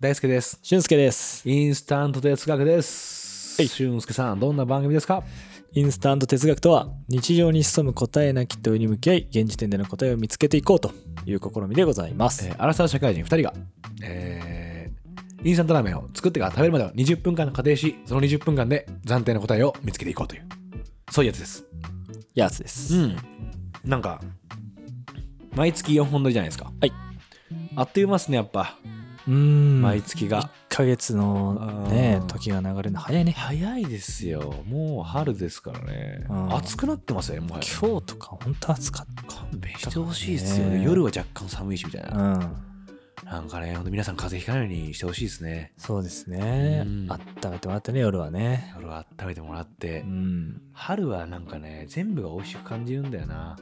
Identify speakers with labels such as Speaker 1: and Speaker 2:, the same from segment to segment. Speaker 1: 大輔です。
Speaker 2: 俊介です。
Speaker 1: インスタント哲学です。
Speaker 2: はい
Speaker 1: 俊介さん、どんな番組ですか
Speaker 2: インスタント哲学とは、日常に潜む答えなき問いに向き合い、現時点での答えを見つけていこうという試みでございます。
Speaker 1: えー、アラサー社会人2人が、えーインスタントラーメンを作ってから食べるまでの20分間の仮定し、その20分間で暫定の答えを見つけていこうという、そういうやつです。
Speaker 2: やつです。
Speaker 1: ん。なんか、毎月4本撮りじゃないですか。
Speaker 2: はい。
Speaker 1: あっという間ですね、やっぱ、
Speaker 2: うーん。
Speaker 1: 毎
Speaker 2: 1
Speaker 1: 月が。
Speaker 2: ヶ月のね
Speaker 1: あー、
Speaker 2: 時が流れるの早いね。
Speaker 1: 早いですよ。もう春ですからね
Speaker 2: うん
Speaker 1: 暑くなってますよね、もはや。
Speaker 2: 今日とか本当暑かっ
Speaker 1: 勘弁してほしいですよ
Speaker 2: ね
Speaker 1: ね。
Speaker 2: え
Speaker 1: 夜は若干寒いしみたい
Speaker 2: た。
Speaker 1: な。
Speaker 2: うん。
Speaker 1: なんかね、ほんと皆さん風邪ひかないようにしてほしいですね。
Speaker 2: そうですね
Speaker 1: うん。
Speaker 2: あっためてもらってね、夜はね。
Speaker 1: 夜は温めてもらって。
Speaker 2: うん。
Speaker 1: 春はなんかね、全部が美味しく感じるんだよな。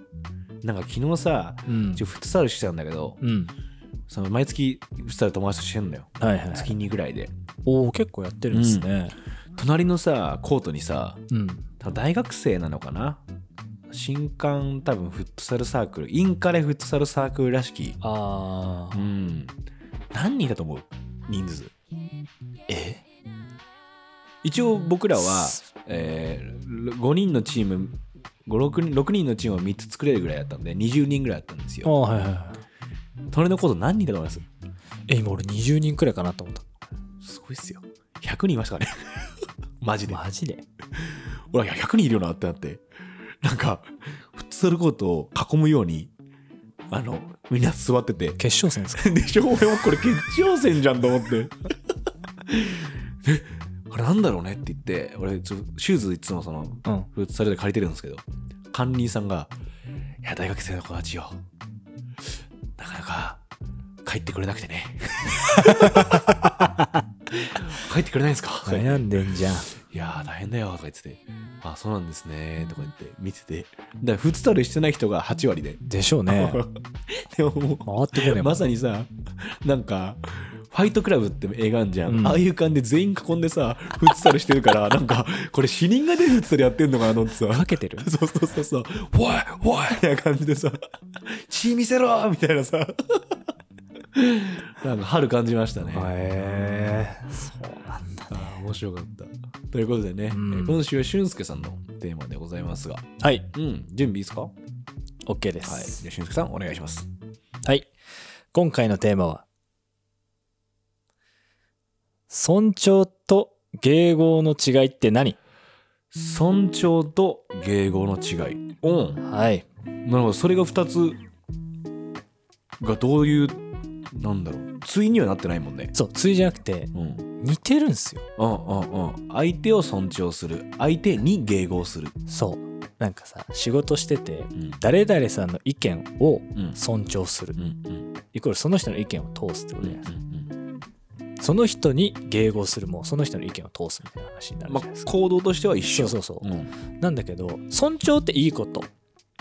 Speaker 1: なんか昨日さ、
Speaker 2: うん
Speaker 1: 一応。フットサルしてたんだけど、
Speaker 2: うん。
Speaker 1: その毎月フットサル友達としてんだよ。
Speaker 2: はいはい。
Speaker 1: 月2ぐらいで。
Speaker 2: おお、結構やってるんですね。
Speaker 1: 隣のさ、コートにさ、
Speaker 2: うん。
Speaker 1: 多分大学生なのかな新刊多分フットサルサークル、インカレフットサルサークルらしき。
Speaker 2: あ
Speaker 1: う
Speaker 2: あ。
Speaker 1: ん。何人だと思う人数。
Speaker 2: え
Speaker 1: 一応僕らは
Speaker 2: す、
Speaker 1: えー、5人のチーム56人6人のチームを3つ作れるぐらいだったんで20人ぐらいだったんです
Speaker 2: あー
Speaker 1: よ
Speaker 2: はいはいはい。
Speaker 1: 隣のコート何人だと思います
Speaker 2: え、今俺20人くらいかなと思った。
Speaker 1: すごいっすよ100人いましたからねマジで
Speaker 2: マジで
Speaker 1: ほら100人いるよなってなってなんかフットサルコートを囲むようにあのみんな座って て
Speaker 2: 決勝戦ですか
Speaker 1: でしょ俺もこれ決勝戦じゃんと思ってえあれなんだろうねって言って俺ちょシューズいつもその
Speaker 2: うん。
Speaker 1: フットサルで借りてるんですけど管理人さんが「いや大学生の子たちよなかなか帰ってくれなくてね 帰ってくれないんですか?」とか言って
Speaker 2: 悩んでんじゃん。
Speaker 1: いやー大変だよ」とか言ってて「あそうなんですね」とか言って見ててだからフットサルしてない人が8割で
Speaker 2: でしょう ね。回
Speaker 1: でももう
Speaker 2: ってこねえもん
Speaker 1: まさにさなんか「ファイトクラブ」って映画あんじゃん、
Speaker 2: うん
Speaker 1: ああいう感じで全員囲んでさフットサルしてるからなんかこれ死人が出るフットサルやってんのかなと思ってさ
Speaker 2: かけてる。
Speaker 1: そうそうそうそう。おいおいみたいな感じで さ、血見せろみたいなさ。 なんか春感じましたね。
Speaker 2: へえ。そうなんだ。
Speaker 1: あー面白かった。ということでね、
Speaker 2: うん
Speaker 1: えー今週は俊介さんのテーマでございますが、
Speaker 2: はい。
Speaker 1: うん、準備いいですかはい。
Speaker 2: OK で
Speaker 1: じゃあ
Speaker 2: す。
Speaker 1: 俊介さん、お願いします。
Speaker 2: はい。今回のテーマは、尊重と迎合の違いって何
Speaker 1: 尊重と迎合の違い。うん。
Speaker 2: はい。
Speaker 1: なるほど、それが2つがどういう、なんだろう、対にはなってないもんね。
Speaker 2: そう、対じゃなくて、
Speaker 1: うん。
Speaker 2: 似てるんすよ。
Speaker 1: うんうんうん相手を尊重する相手に迎合する、
Speaker 2: そう。なんかさ、仕事してて、
Speaker 1: うん
Speaker 2: 誰々さんの意見を
Speaker 1: うん
Speaker 2: 尊重する
Speaker 1: う。んうん
Speaker 2: イコールその人の意見を通すってこ
Speaker 1: う
Speaker 2: と
Speaker 1: ん
Speaker 2: じゃないですか。その人に迎合するも、その人の意見を通すみたいな話になるじ
Speaker 1: ま
Speaker 2: ゃないです
Speaker 1: あ
Speaker 2: か。
Speaker 1: 行動としては一緒
Speaker 2: そうそうそう
Speaker 1: うん
Speaker 2: なんだけど尊重っていいこと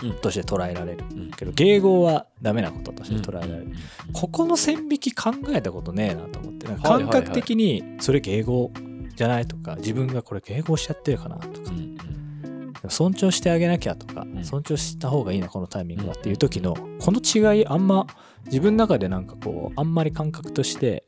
Speaker 1: うん
Speaker 2: として捉えられる、
Speaker 1: うん
Speaker 2: けど迎合はダメなこととして捉えられる、
Speaker 1: うんうん
Speaker 2: ここの線引き考えたことねえなと思ってなんか
Speaker 1: はいはい
Speaker 2: 感
Speaker 1: はい
Speaker 2: 覚的にそれ迎合じゃないとか自分がこれ迎合しちゃってるかなとか、尊重してあげなきゃとか、
Speaker 1: ん
Speaker 2: 尊重した方がいいなこのタイミングは
Speaker 1: うん
Speaker 2: っていう時のこの違いあんま自分の中でなんかこうあんまり感覚として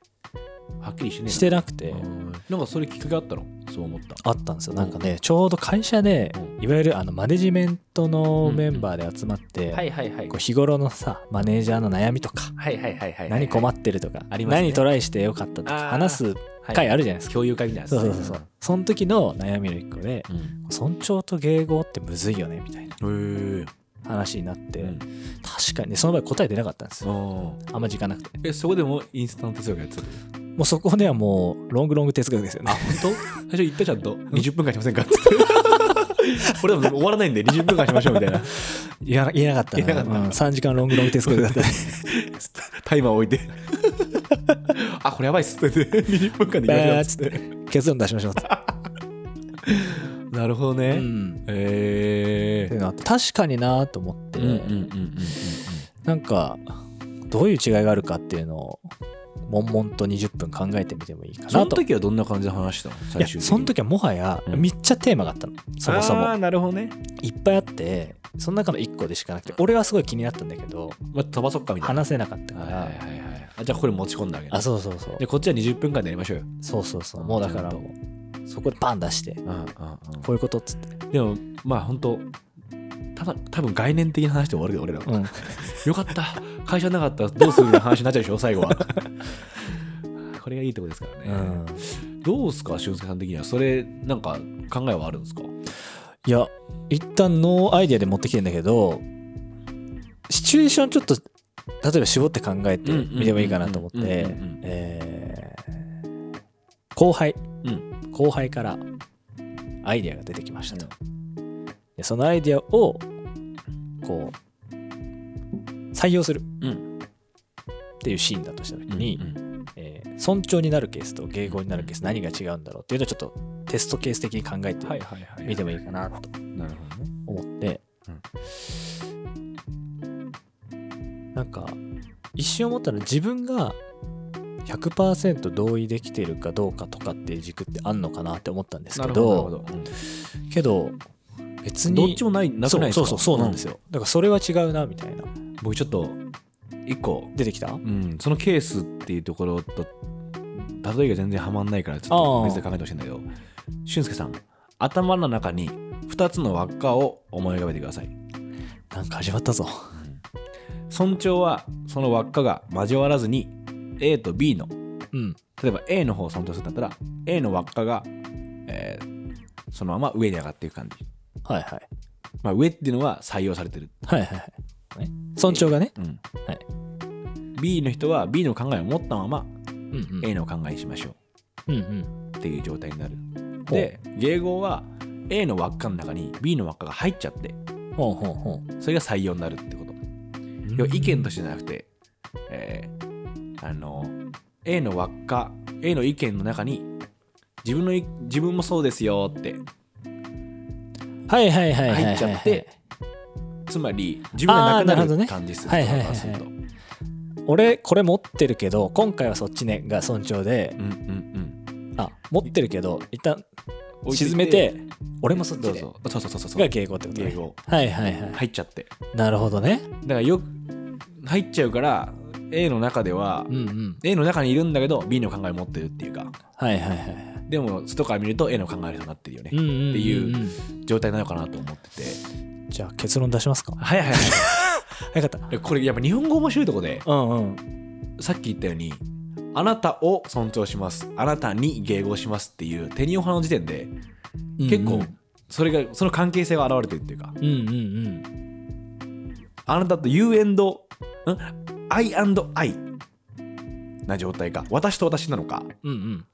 Speaker 1: うんはっきりしてね
Speaker 2: してなくて。
Speaker 1: うんなんかそれきっかけあったのそう思った
Speaker 2: あったんですよなんかねちょうど会社で
Speaker 1: うん
Speaker 2: いわゆるあのマネジメントのメンバーで集まって、
Speaker 1: いはいはい
Speaker 2: こう日頃のさマネージャーの悩みとか
Speaker 1: はいはいはいはい
Speaker 2: 何困
Speaker 1: っ
Speaker 2: ってるとか
Speaker 1: ありますね
Speaker 2: 何トライしてよかったと
Speaker 1: あー
Speaker 2: か話す回あるじゃないですか
Speaker 1: 共有会みたいな
Speaker 2: そうそうそうそうその時の悩みの一個で
Speaker 1: うん
Speaker 2: 尊重と迎合ってむずいよねみたいな
Speaker 1: へ
Speaker 2: 話になって
Speaker 1: えうん
Speaker 2: 確かにねその場合答え出なかったんですよ
Speaker 1: あー
Speaker 2: あんま時間なくて
Speaker 1: えそこでもインスタント哲学やってたの
Speaker 2: もうそこではもうロングロング哲学ですよ
Speaker 1: あ
Speaker 2: ね
Speaker 1: 本当最初言ったちゃんと20分間しませんかってこれでも終わらないんで20分間しましょうみたいな
Speaker 2: 言わな言えなかった
Speaker 1: 言えなかったな
Speaker 2: 3時間ロングロング哲学だったね
Speaker 1: タイマー置いて あこれやばいっ すって 言って20分間で
Speaker 2: バー
Speaker 1: や
Speaker 2: ッ
Speaker 1: っ
Speaker 2: つ
Speaker 1: つ
Speaker 2: っ
Speaker 1: って
Speaker 2: て結論出しましょうっつって
Speaker 1: なるほどね、
Speaker 2: うんっ
Speaker 1: え
Speaker 2: ていうのあって確かになと思って、
Speaker 1: うん
Speaker 2: なんかどういう違いがあるかっていうのを悶々と20分考えてみてもいいかなと
Speaker 1: その時はどんな感じで話したの
Speaker 2: い
Speaker 1: 最
Speaker 2: や
Speaker 1: 終的に
Speaker 2: その時はもはや
Speaker 1: うん
Speaker 2: めっちゃテーマがあったの、そもそ
Speaker 1: あ
Speaker 2: も
Speaker 1: ーなるほどね、
Speaker 2: いっぱいあってその中の1個でしかなくて俺はすごい気になったんだけど
Speaker 1: まあ、飛ばそっかみたいな
Speaker 2: 話せなかったから、
Speaker 1: はいはいあじゃあここに持ち込んであげる
Speaker 2: あそうそうそう
Speaker 1: でこっちは20分間でやりましょうよ、
Speaker 2: そうそうそうもうだからもうそこでパン出して
Speaker 1: うんうん
Speaker 2: こういうことっつって
Speaker 1: うん、でもまあ本当ただ多分概念的な話で終わるけど俺らは、
Speaker 2: うん
Speaker 1: よかった会社なかったらどうするみたいな話になっちゃうでしょ最後 はこれがいいとこですからね、
Speaker 2: うん
Speaker 1: どうすか俊介さん的にはそれなんか考えはあるんですか
Speaker 2: いや一旦ノーアイディアで持ってきてんだけどシチュエーションちょっと例えば絞って考えてみてもいいかなと思っ
Speaker 1: うんうんうんうん
Speaker 2: て
Speaker 1: うんうんうん
Speaker 2: えー後輩、
Speaker 1: うん
Speaker 2: 後輩からアイディアが出てきましたと、でそのアイディアをこう採用する
Speaker 1: うん
Speaker 2: っていうシーンだとした時
Speaker 1: う
Speaker 2: に、
Speaker 1: んうん
Speaker 2: えー尊重になるケースと迎合になるケース何が違うんだろうっていうのをちょっとテストケース的に考えて
Speaker 1: はいはいはい
Speaker 2: みてもいいかなと
Speaker 1: なるほどね
Speaker 2: 思って、なんか一瞬思ったのは自分が100%同意できてるかどうかとかっていう軸ってあんのかなって思ったんですけど
Speaker 1: なるほど
Speaker 2: けど別
Speaker 1: うん
Speaker 2: に
Speaker 1: どっちもないなくないですか
Speaker 2: そうそうそうそうなんです
Speaker 1: よ、
Speaker 2: よ、だからそれは違うなみたいな
Speaker 1: うん僕ちょっと一個、
Speaker 2: 出てきた
Speaker 1: うん、そのケースっていうところと例えが全然はまんないからちょっと
Speaker 2: あー
Speaker 1: 別で考えてほしいんだけど俊介さん頭の中に2つの輪っかを思い浮かべてください
Speaker 2: なんか始まっ たぞ
Speaker 1: 尊重はその輪っかが交わらずに A と B の
Speaker 2: うん
Speaker 1: 例えば A の方を尊重するんだったら A の輪っかが、えーそのまま上に上がっていく感じ、
Speaker 2: はいはい
Speaker 1: まあ、上っていうのは採用されてる、
Speaker 2: はいはいはい、ね尊重がね、
Speaker 1: うん
Speaker 2: はい、
Speaker 1: B の人は B の考えを持ったまま
Speaker 2: うんうん
Speaker 1: A の考えにしましょ
Speaker 2: うんうん
Speaker 1: うっていう状態になるで迎合は A の輪っかの中に B の輪っかが入っちゃって
Speaker 2: ほうほうほう
Speaker 1: それが採用になるってこと要は意見としてじゃなくて、えーあの A の輪っか A の意見の中に自分のい自分もそうですよって
Speaker 2: はいはいはいはいはいは
Speaker 1: 入
Speaker 2: い
Speaker 1: っちゃってつまり自分がな
Speaker 2: あーな
Speaker 1: く
Speaker 2: るほ
Speaker 1: な
Speaker 2: ど
Speaker 1: る
Speaker 2: ね
Speaker 1: 感じする
Speaker 2: はいはいは
Speaker 1: 人から
Speaker 2: い
Speaker 1: すると
Speaker 2: 俺これ持ってるけど今回はそっちねが尊重で
Speaker 1: うんうん
Speaker 2: あ持ってるけど一旦
Speaker 1: うん
Speaker 2: 沈めて俺もそっち
Speaker 1: どう
Speaker 2: で
Speaker 1: ぞそうそうそうそうそう
Speaker 2: が敬語ってことね
Speaker 1: 敬語
Speaker 2: はいはいはい
Speaker 1: 入っちゃって
Speaker 2: なるほどね
Speaker 1: だからよく入っちゃうから A の中では、
Speaker 2: うんうん
Speaker 1: A の中にいるんだけど B の考えを持ってるっていうか
Speaker 2: はいはいはい
Speaker 1: でも外から見ると A の考えるようになってるよね、
Speaker 2: うんうん
Speaker 1: って
Speaker 2: うん
Speaker 1: いう
Speaker 2: うん
Speaker 1: 状態なのかなと思ってて
Speaker 2: じゃあ結論出しますか
Speaker 1: はいはいは
Speaker 2: 早かった
Speaker 1: いこれやっぱ日本語面白いとこで
Speaker 2: うんうん
Speaker 1: さっき言ったようにあなたを尊重しますあなたに迎合しますっていう手にお花の時点で結構それがその関係性が現れてるっていうか
Speaker 2: うんうんうん
Speaker 1: あなたと You and ん I and I な状態か私と私なのか
Speaker 2: うんうん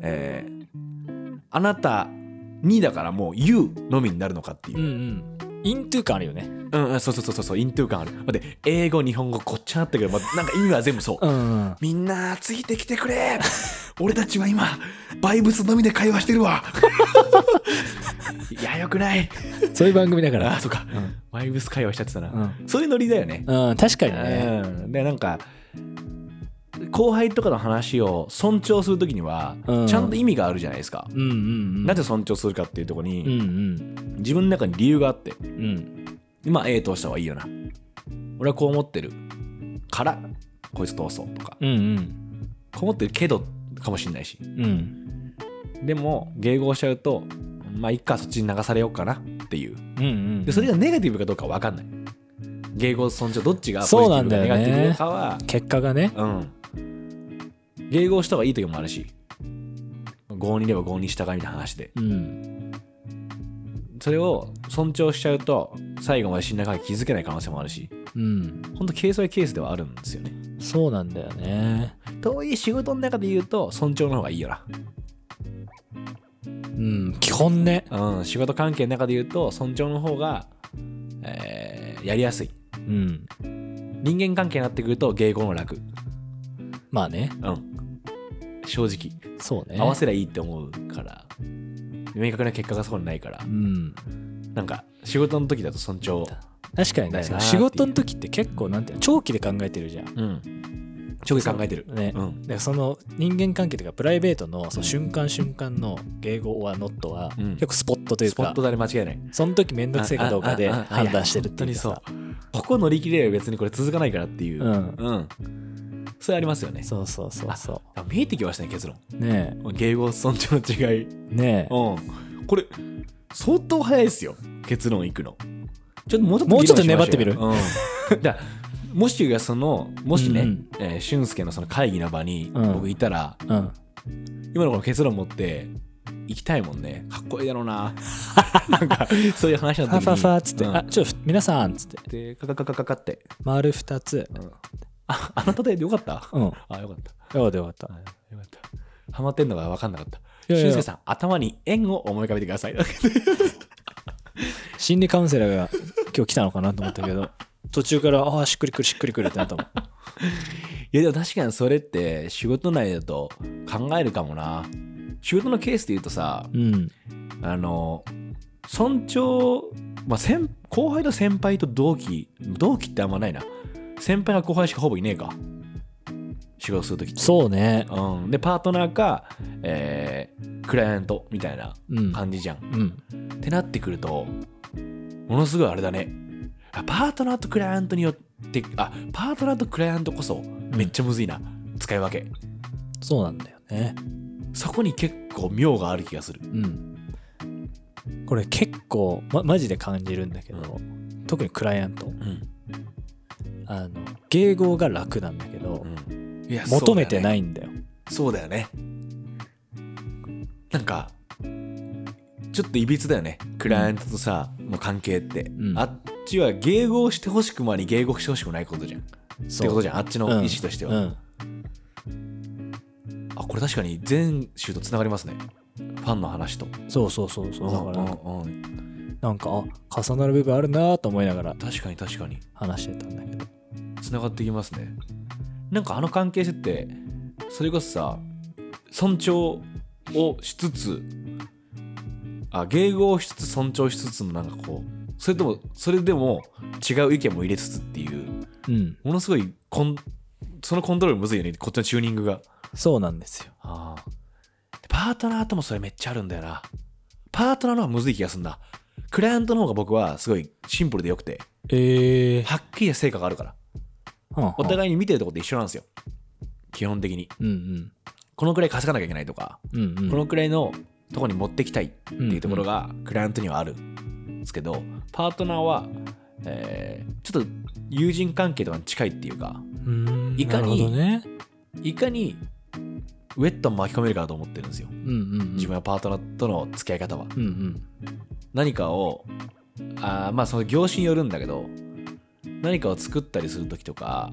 Speaker 1: えーあなたにだからもう You のみになるのかってい
Speaker 2: うんう
Speaker 1: う、
Speaker 2: んイントゥー感あるよね
Speaker 1: うんうん、そうそうそうそうそうイントゥー感ある待って英語日本語こっちゃなったけど、まあ、なんか意味は全部そう、
Speaker 2: んうん
Speaker 1: みんなついてきてくれ俺たちは今バイブスのみで会話してる わいやよくない
Speaker 2: そういう番組だか
Speaker 1: あ
Speaker 2: ら
Speaker 1: そっか、バイブス会話しちゃってたな、
Speaker 2: う
Speaker 1: そういうノリだよね、
Speaker 2: んうん確かにね
Speaker 1: うん、でなんか後輩とかの話を尊重するときには、
Speaker 2: うん
Speaker 1: ちゃんと意味があるじゃないですか、
Speaker 2: うんうん
Speaker 1: な
Speaker 2: ぜ
Speaker 1: ぜ尊重するかっていうところ
Speaker 2: う
Speaker 1: に、
Speaker 2: ん
Speaker 1: 自分の中に理由があって
Speaker 2: うんうん
Speaker 1: 今 A 通した方がいいよな俺はこう思ってるからこいつ通そうとか、
Speaker 2: うん
Speaker 1: こう思ってるけどかもしれないし
Speaker 2: うんうん
Speaker 1: でも迎合しちゃうとまあいっかそっちに流されようかなっていう
Speaker 2: うんうん
Speaker 1: でそれがネガティブかどうか分かんない迎合尊重どっちがポジテ
Speaker 2: そうな
Speaker 1: ィブ
Speaker 2: ん
Speaker 1: か
Speaker 2: だよ
Speaker 1: ネガ
Speaker 2: ね
Speaker 1: ティブかは
Speaker 2: 結果がね
Speaker 1: うん。迎合した方がいい時もあるし、合にいれば合に従いみたいな話で。
Speaker 2: うん
Speaker 1: それを尊重しちゃうと、最後まで死んだから気づけない可能性もあるし、
Speaker 2: うん
Speaker 1: 本当ケースはケースではあるんですよね。
Speaker 2: そうなんだよね
Speaker 1: 遠い仕事の中で言うと、尊重の方がいいよ
Speaker 2: うん基本ね
Speaker 1: な。うん、仕事関係の中で言うと、尊重の方が、えーやりやすい。
Speaker 2: うん
Speaker 1: 人間関係になってくると、迎合も楽。
Speaker 2: まあね
Speaker 1: うん。正直。
Speaker 2: そうね
Speaker 1: 合わせりゃいいって思うから、明確な結果がそこにないから
Speaker 2: う、ん
Speaker 1: なんか、仕事の時だと尊重。
Speaker 2: 確かに
Speaker 1: だよなーっていう
Speaker 2: ね仕事の時って結構なんていうの長期で考えてるじゃん
Speaker 1: うん。ちょい考えてる。
Speaker 2: ね、
Speaker 1: う
Speaker 2: だか
Speaker 1: ん。
Speaker 2: らその人間関係とかプライベートのその瞬間瞬間の迎合はノットは
Speaker 1: うん
Speaker 2: 結構スポットという
Speaker 1: スポッ
Speaker 2: か、
Speaker 1: トだね、間違いない。
Speaker 2: その時めんどくせえかどうかで
Speaker 1: あああああ
Speaker 2: 判断してるっていうか
Speaker 1: 本当にそう。ここ乗り切れれば別にこれ続かないからっていう。
Speaker 2: うん
Speaker 1: うん。それありますよね
Speaker 2: そうそうそうそ
Speaker 1: あ見えてきましたね結論
Speaker 2: うね
Speaker 1: 芸語尊重の違い
Speaker 2: えねえ
Speaker 1: うんこれ相当早いですよ結論いくのちょっともうちょっと
Speaker 2: もうちょっと
Speaker 1: 議論しましょ
Speaker 2: 粘ってみる
Speaker 1: うようん、だからもしがそのもしね、
Speaker 2: うん
Speaker 1: えー俊介のその会議の場に
Speaker 2: うん
Speaker 1: 僕いたら、
Speaker 2: うん
Speaker 1: 今のこの結論持って行きたいもんねかっこいいだろう ななんかそういう話の
Speaker 2: フ
Speaker 1: 時に
Speaker 2: ァファファっつって、
Speaker 1: うん
Speaker 2: あちょふ皆さんっつって
Speaker 1: でカカカカカカって、
Speaker 2: 丸2つ
Speaker 1: うんああなたでよかった
Speaker 2: うんよ
Speaker 1: あよかった
Speaker 2: かったよかった
Speaker 1: あよかったハマってんのが分かんなかった
Speaker 2: いやいや
Speaker 1: 俊介さん頭に円を思い浮かべてくださ い
Speaker 2: 心理カウンセラーが今日来たのかなと思ったけど途中からああしっくりくるしっくりくるってなったもん
Speaker 1: いやでも確かにそれって仕事内だと考えるかもな仕事のケースで言うとさ
Speaker 2: うん
Speaker 1: あの尊重、まあ、先後輩と先輩と同期同期ってあんまないな先輩が後輩しかほぼいねえか仕事するときって
Speaker 2: そうね
Speaker 1: うん、でパートナーか、えークライアントみたいな
Speaker 2: うん
Speaker 1: 感じじゃん、
Speaker 2: うん
Speaker 1: ってなってくるとものすごいあれだねあパートナーとクライアントによってあパートナーとクライアントこそめっちゃむずいな、使い分け
Speaker 2: そうなんだよね
Speaker 1: そこに結構妙がある気がする
Speaker 2: うんこれ結構、ま、マジで感じるんだけど、特にクライアント
Speaker 1: うん、
Speaker 2: あの迎合が楽なんだけど、
Speaker 1: いや
Speaker 2: 求めてないいんだよ
Speaker 1: そうだよねなんかちょっといびつだよねクライアントとさ、の関係って、
Speaker 2: うん
Speaker 1: あっちは迎合してほしくもあり迎合してほしくもないことじゃんってことじゃんあっちの
Speaker 2: うん
Speaker 1: 意思としては、
Speaker 2: うん
Speaker 1: あこれ確かに全州とつながりますねファンの話と
Speaker 2: そうそうそうそうだからなんか、
Speaker 1: うんうんうん
Speaker 2: なんかあ重なる部分あるなと思いながら
Speaker 1: 確かに確かに
Speaker 2: 話してたんだけど
Speaker 1: つながってきますねなんかあの関係性ってそれこそさ尊重をしつつあ迎合をしつつ尊重しつつのなんかこうそれともそれでも違う意見も入れつつっていう
Speaker 2: うん
Speaker 1: ものすごいコンそのコントロールむずいよねこっちのチューニングが
Speaker 2: そうなんですよ
Speaker 1: ああパートナーともそれめっちゃあるんだよな。パートナーの方がむずい気がすんだ。クライアントの方が僕はすごいシンプルでよくて、
Speaker 2: ええ
Speaker 1: はっきり成果があるから。お互いに見てるとこって一緒なんですよ。基本的に。
Speaker 2: うん
Speaker 1: このくらい稼がなきゃいけないとか、
Speaker 2: うんうんうん
Speaker 1: このくらいのとこに持ってきたいって
Speaker 2: って
Speaker 1: いうところがクライアントにはあるんですけど、パートナーは、えーちょっと友人関係とかに近いっていうか、いかに
Speaker 2: なるほどね
Speaker 1: いかにウェットに巻き込めるかだと思ってるんですよ。
Speaker 2: うんうんうん
Speaker 1: 自分はパートナーとの付き合い方は。
Speaker 2: うんうん
Speaker 1: 何かをあーまあその業種によるんだけど何かを作ったりする時とか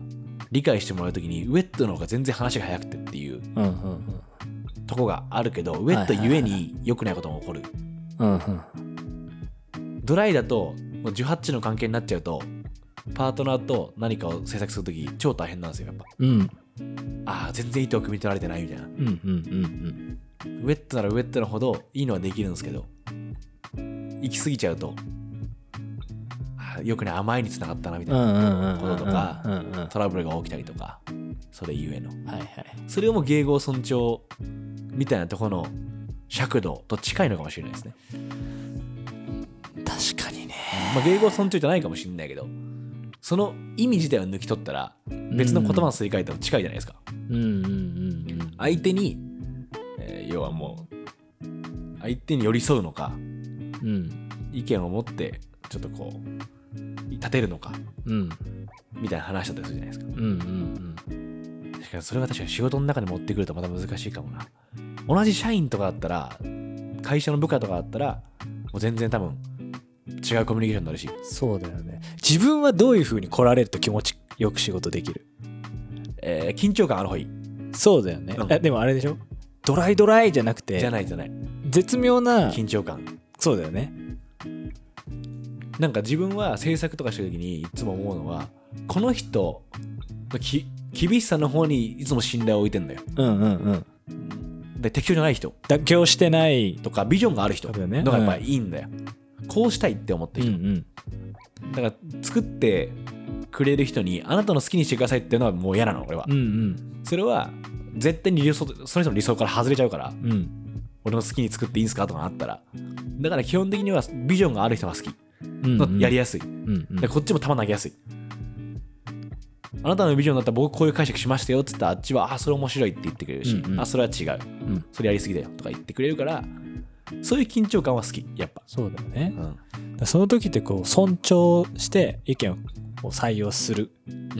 Speaker 1: 理解してもらう時にウェットの方が全然話が早くてっていう
Speaker 2: うんうん
Speaker 1: とこがあるけどウェットゆえに良くないことも起こる、
Speaker 2: うんうん
Speaker 1: ドライだともう18の関係になっちゃうとパートナーと何かを制作する時超大変なんですよやっぱ
Speaker 2: うん
Speaker 1: ああ全然いいとこ汲み取られてないみたいなウ
Speaker 2: うんうんうん
Speaker 1: ェットならウェットのほどいいのはできるんですけど行き過ぎちゃうとあー良くない甘いにつながったなみたい
Speaker 2: うんう
Speaker 1: な、
Speaker 2: んうんうん
Speaker 1: こととか
Speaker 2: うんうんは
Speaker 1: トラブルが起きたりとかそれゆえの
Speaker 2: いはい
Speaker 1: それをもう迎合尊重みたいなところの尺度と近いのかもしれないですね、
Speaker 2: 確かにね
Speaker 1: まあ、迎合尊重じゃないかもしれないけどその意味自体を抜き取ったら別の言葉をすり替えても近いじゃないですか、
Speaker 2: うんうんうんうん
Speaker 1: 相手に、えー要はもう相手に寄り添うのか
Speaker 2: うん
Speaker 1: 意見を持ってちょっとこう立てるのか
Speaker 2: うん
Speaker 1: みたいな話だったりするじゃないですか
Speaker 2: うんうん
Speaker 1: 確かにそれは確かに仕事の中に持ってくるとまた難しいかもな同じ社員とかだったら会社の部下とかだったらもう全然多分違うコミュニケーションになるし
Speaker 2: そうだよね自分はどういう風に来られると気持ちよく仕事できる
Speaker 1: えー緊張感ある方がいい
Speaker 2: そうだよね
Speaker 1: うん
Speaker 2: えでもあれでしょドライドライじゃなく
Speaker 1: じゃ
Speaker 2: て
Speaker 1: ないじゃない
Speaker 2: 絶妙な
Speaker 1: 緊張感
Speaker 2: そうだよね
Speaker 1: なんか自分は制作とかしてる時にいつも思うのはこの人のき厳しさの方にいつも信頼を置いてんだよ
Speaker 2: うんうんうん
Speaker 1: で適当じゃない人
Speaker 2: 妥協してない
Speaker 1: とかビジョンがある人
Speaker 2: そう
Speaker 1: の
Speaker 2: だよね
Speaker 1: がやっぱりいいんだよ、こうしたいって思ってる人、
Speaker 2: ん
Speaker 1: だから作ってくれる人にあなたの好きにしてくださいっていうのはもう嫌なの俺は
Speaker 2: うんうん
Speaker 1: それは絶対に理想とその人の理想から外れちゃうから
Speaker 2: うん
Speaker 1: 俺の好きに作っていいんすかとかあったらだから基本的にはビジョンがある人が好き
Speaker 2: うんうん
Speaker 1: やりやすい、
Speaker 2: うんうん
Speaker 1: でこっちも球投げやすいあなたのビジョンだったら僕こういう解釈しましたよって言ったらあっちはあそれ面白いって言ってくれるし、
Speaker 2: うんうん
Speaker 1: あそれは違う
Speaker 2: うん、
Speaker 1: それやりすぎだよとか言ってくれるからそういう緊張感は好きやっぱ、
Speaker 2: そうだよね
Speaker 1: う。ん
Speaker 2: だからその時ってこう尊重して意見を採用する、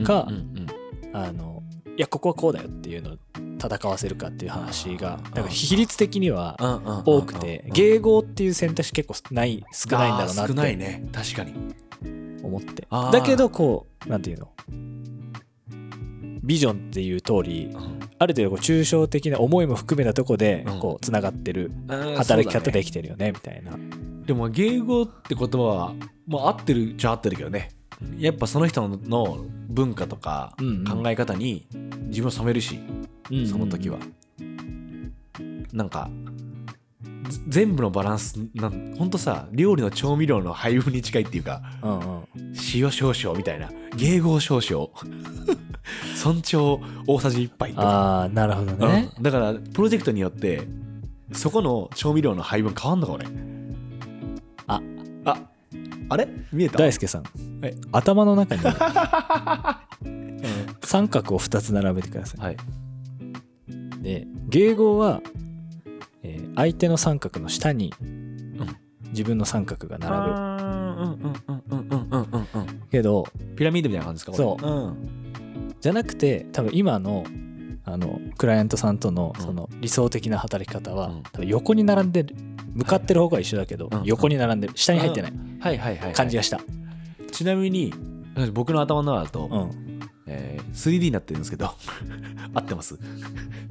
Speaker 2: か
Speaker 1: うんうんうん
Speaker 2: あのいやここはこうだよっていうのを戦わせるかっていう話が
Speaker 1: あー
Speaker 2: だから比率的には
Speaker 1: うんうんうんうん
Speaker 2: 多くて
Speaker 1: うん
Speaker 2: 迎合っていう選択肢結構ない少ないんだろうな
Speaker 1: あー少ない
Speaker 2: って
Speaker 1: ね確かに
Speaker 2: 思って、
Speaker 1: あー
Speaker 2: だけどこうなんていうのビジョンっていう通りある程度こう抽象的な思いも含めたとこで
Speaker 1: うん
Speaker 2: こうつながってる
Speaker 1: うん
Speaker 2: 働
Speaker 1: そ
Speaker 2: き
Speaker 1: うだ
Speaker 2: 方
Speaker 1: ね
Speaker 2: できてるよねみたいな
Speaker 1: でも迎合って言葉は、まあ、合ってるっちゃ合ってるけどねやっぱその人の文化とか
Speaker 2: うんうん
Speaker 1: 考え方に自分を染めるし、その時は、なんかぜ全部のバランスなんほんとさ料理の調味料の配分に近いっていうか
Speaker 2: うんうん
Speaker 1: 塩少々みたいな迎合少々 尊重大さじ1杯とか、
Speaker 2: ああなるほどね
Speaker 1: うんだからプロジェクトによってそこの調味料の配分変わんのか俺
Speaker 2: あ
Speaker 1: ああれ見えた
Speaker 2: 大輔さん
Speaker 1: はい
Speaker 2: 頭の中に三角を2つ並べてください
Speaker 1: はい
Speaker 2: で迎合は、えー相手の三角の下に自分の三角が並ぶ
Speaker 1: あーうんうんうんうんうんうんうんうん
Speaker 2: けど
Speaker 1: ピラミッドみたいな感じですかこれうん
Speaker 2: じゃなくて多分今のあのクライアントさんとの
Speaker 1: うん
Speaker 2: その理想的な働き方は、
Speaker 1: うん
Speaker 2: 多分横に並んでる向かってる方が一緒だけど、
Speaker 1: はいはいうん
Speaker 2: 横に並んでる下に入ってない
Speaker 1: はいはいはい、はい、
Speaker 2: 感じがした、
Speaker 1: ちなみに僕の頭の中だと、
Speaker 2: うん
Speaker 1: えー 3D になってるんですけど 合ってます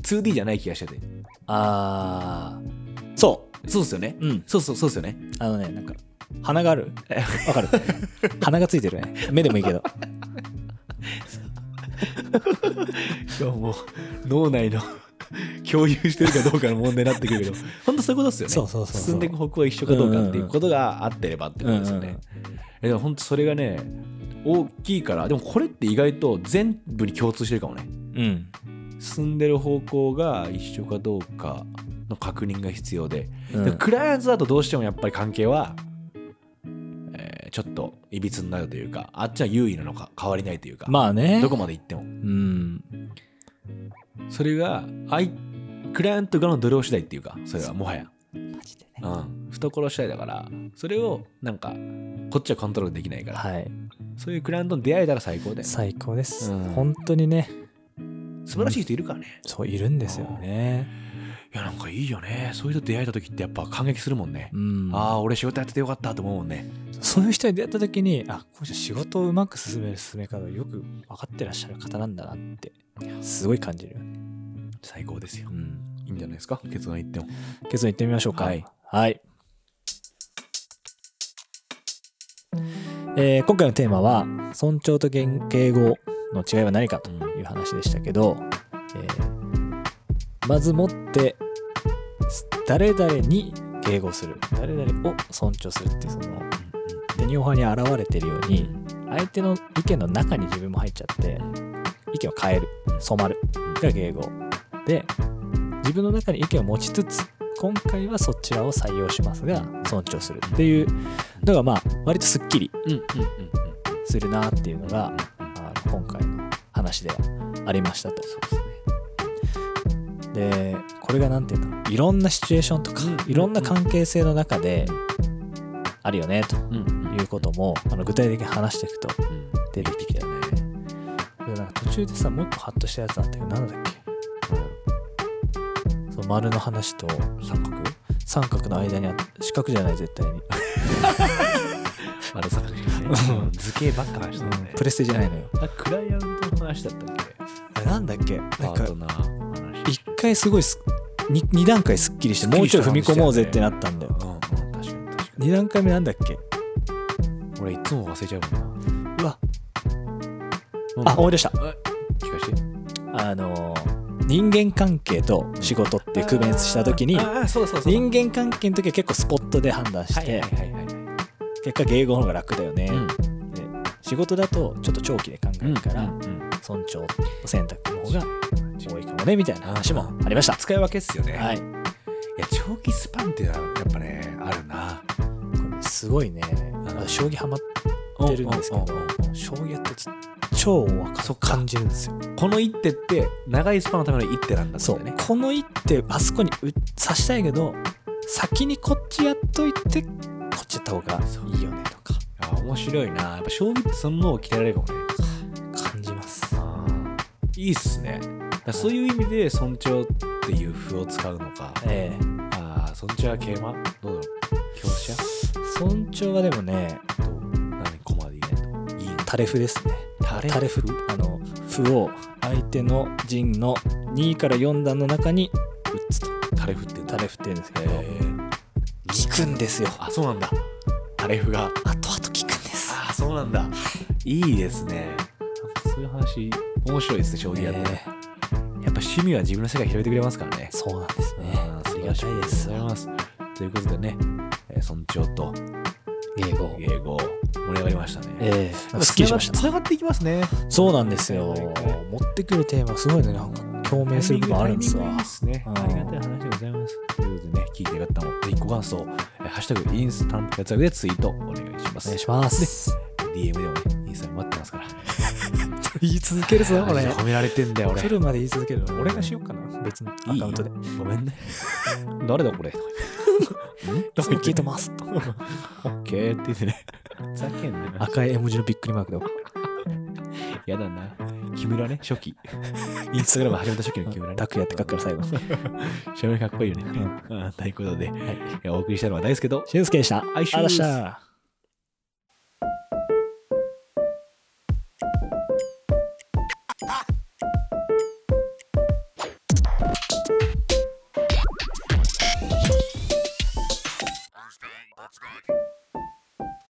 Speaker 1: 2D じゃない気がしてて
Speaker 2: あーそ
Speaker 1: そうですよね
Speaker 2: ううん
Speaker 1: そうそうそうですよね
Speaker 2: あのねなんか鼻があるわかる鼻がついてるね目でもい いけど
Speaker 1: いやもう脳内の 共有してるかどうかの問題になってくるけど 本当そういうことですよね
Speaker 2: そうそうそうそう
Speaker 1: 進んでいく方向は一緒かどうかっていうことが合ってればってことですよね、えでも本当それがね大きいからでもこれって意外と全部に共通してるかもね
Speaker 2: うん
Speaker 1: 進んでる方向が一緒かどうかの確認が必要で,、
Speaker 2: うん
Speaker 1: でクライアントだとどうしてもやっぱり関係は、えーちょっといびつになるというかあっちは優位なのか変わりないというか、
Speaker 2: まあね
Speaker 1: どこまで行っても
Speaker 2: うん
Speaker 1: それがあいクライアント側の努力次第っていうかそれはもはや、
Speaker 2: マジでね
Speaker 1: うん、懐次第だからそれをなんかこっちはコントロールできないから、
Speaker 2: はい
Speaker 1: そういうクライアントに出会えたら最高で素
Speaker 2: 最高です、
Speaker 1: うん
Speaker 2: 本当にね
Speaker 1: 晴らしい人いるからね、
Speaker 2: そういるんですよね
Speaker 1: いやなんかいいよねそういう人出会えた時ってやっぱ感激するもんね、
Speaker 2: うん
Speaker 1: ああ俺仕事やっててよかったと思うもんね
Speaker 2: そういう人に出会った時にあこういう人仕事をうまく進める進め方をよく分かってらっしゃる方なんだなってすごい感じるよね、
Speaker 1: 最高ですよ
Speaker 2: うん、
Speaker 1: いいんじゃないですか結論言っても
Speaker 2: 結論いってみましょうか
Speaker 1: はい、
Speaker 2: はいえー今回のテーマは「尊重と言敬語の違いは何か」という話でしたけど、えーまずもってす誰々に敬語する誰々を尊重するっていうそのテニオ派に現れてるように相手の意見の中に自分も入っちゃって意見を変える染まるが迎合で自分の中に意見を持ちつつ今回はそちらを採用しますが尊重するっていうのがまあ割とすっきり
Speaker 1: うんうんうんうん
Speaker 2: するなっていうのがあの今回の話ではありましたと。
Speaker 1: そうですね
Speaker 2: でこれが何て言うんだろういろんなシチュエーションとか
Speaker 1: うん
Speaker 2: いろんな関係性の中であるよねと
Speaker 1: うんうん
Speaker 2: いうこともあの具体的に話していくと
Speaker 1: うん
Speaker 2: 出てきて
Speaker 1: だね
Speaker 2: でもなんか途中でさもう一個ハッとしたやつあったけどなんだっけその丸の話と
Speaker 1: 三角
Speaker 2: 三角の間にあった四角じゃない絶対に
Speaker 1: あれ三角
Speaker 2: うん
Speaker 1: 図形ばっか話してたね
Speaker 2: プレステじゃないのよ
Speaker 1: あクライアントの話だったっ
Speaker 2: あれなんだっけなん
Speaker 1: けパ
Speaker 2: か
Speaker 1: ートナーの話
Speaker 2: 一回すごいす 2, 段階すっきりしてもうちょい踏み込もうぜってなったんだよ
Speaker 1: うんうん確かに確かに
Speaker 2: 2段階目なんだっけ
Speaker 1: 俺いつも忘れちゃうもん
Speaker 2: うわ
Speaker 1: な
Speaker 2: あ思い出した
Speaker 1: 聞かして
Speaker 2: あのー人間関係と仕事って区別した時に
Speaker 1: ああそうだそうだそうだ
Speaker 2: 人間関係の時は結構スポットで判断し
Speaker 1: はい
Speaker 2: て
Speaker 1: はいはいはい
Speaker 2: 結果迎合の方が楽だよね、
Speaker 1: うん
Speaker 2: で仕事だとちょっと長期で考えるから、
Speaker 1: うんうん
Speaker 2: 尊重の選択の方が多いかもねみたいな話もありました。
Speaker 1: 使い分けっすよね
Speaker 2: はい、
Speaker 1: い
Speaker 2: こ
Speaker 1: や長期スパンっていうのはやっぱねあるな
Speaker 2: れすごいね、あの将棋ハマってるんですけど、将棋やってず超わか
Speaker 1: そ
Speaker 2: る
Speaker 1: っか
Speaker 2: 感じるんですよ
Speaker 1: この一手って長いスパンのための一手なんだって
Speaker 2: そう
Speaker 1: ね
Speaker 2: この一手あそこに打刺したいけど先にこっちやっといてこっちやった方がいいよねとか
Speaker 1: あ面白いなやっぱ将棋ってその脳を鍛えられるかもね
Speaker 2: 感じます
Speaker 1: あーいいっすねだからそういう意味で尊重っていう歩を使うのか
Speaker 2: ええ
Speaker 1: ああ尊重は桂馬どうだろう香車
Speaker 2: 尊重はでもね
Speaker 1: と何駒でいないといい
Speaker 2: タレフですね
Speaker 1: タレフ
Speaker 2: タレフあの歩を相手の陣の2から4段の中に打つと
Speaker 1: タレフって言うんだ
Speaker 2: タレフって言うんですけど、
Speaker 1: えー
Speaker 2: 効くんですよ
Speaker 1: あそうなんだタレフが
Speaker 2: あとあと効くんです
Speaker 1: ああそうなんだいいですねなんかそういう話面白いですね将棋やって、
Speaker 2: ね
Speaker 1: やっぱ趣味は自分の世界広げてくれますからね
Speaker 2: そうなんですねあ
Speaker 1: あー
Speaker 2: りがたいです
Speaker 1: ありがとうございますということでね、えー尊重と
Speaker 2: 英語
Speaker 1: 英語盛り上がりましたね
Speaker 2: ええなんかすっ
Speaker 1: つな
Speaker 2: きりし
Speaker 1: が
Speaker 2: ました
Speaker 1: つながっていきますね。
Speaker 2: そうなんですよ。
Speaker 1: はい
Speaker 2: 持ってくるテーマすごいね、なんか共鳴する部分あるんですわ。
Speaker 1: タイミングいいですね。
Speaker 2: うん
Speaker 1: ありがたい話でございます。ということでね、聞いてよかったもん、ぜひご感想、えーハッシュタグインスタント活躍でツイートお願いしま
Speaker 2: お願い
Speaker 1: す。
Speaker 2: します。
Speaker 1: DM でもね、インスタに待ってますから。
Speaker 2: 言い続けるぞ、これ。
Speaker 1: 褒められてんだよ、俺。
Speaker 2: 来るまで言い続けるの。俺がしようかな、別のアカウントで。
Speaker 1: いいよごめんね。 誰だこれとか言って。ん
Speaker 2: いつも聞いて ます。
Speaker 1: オッケーって言ってね。ふざけんなよ。
Speaker 2: 赤い絵文字のびっくりマークで送る。
Speaker 1: やだな。木村ね、初期。インスタグラム 始めた初期の木村ね。
Speaker 2: タクヤって書くから最後。
Speaker 1: 正面かっこいいよね。うんということで、お送りしたのは大輔と、
Speaker 2: 俊介でした。
Speaker 1: 哀愁です
Speaker 2: あらっしゃー。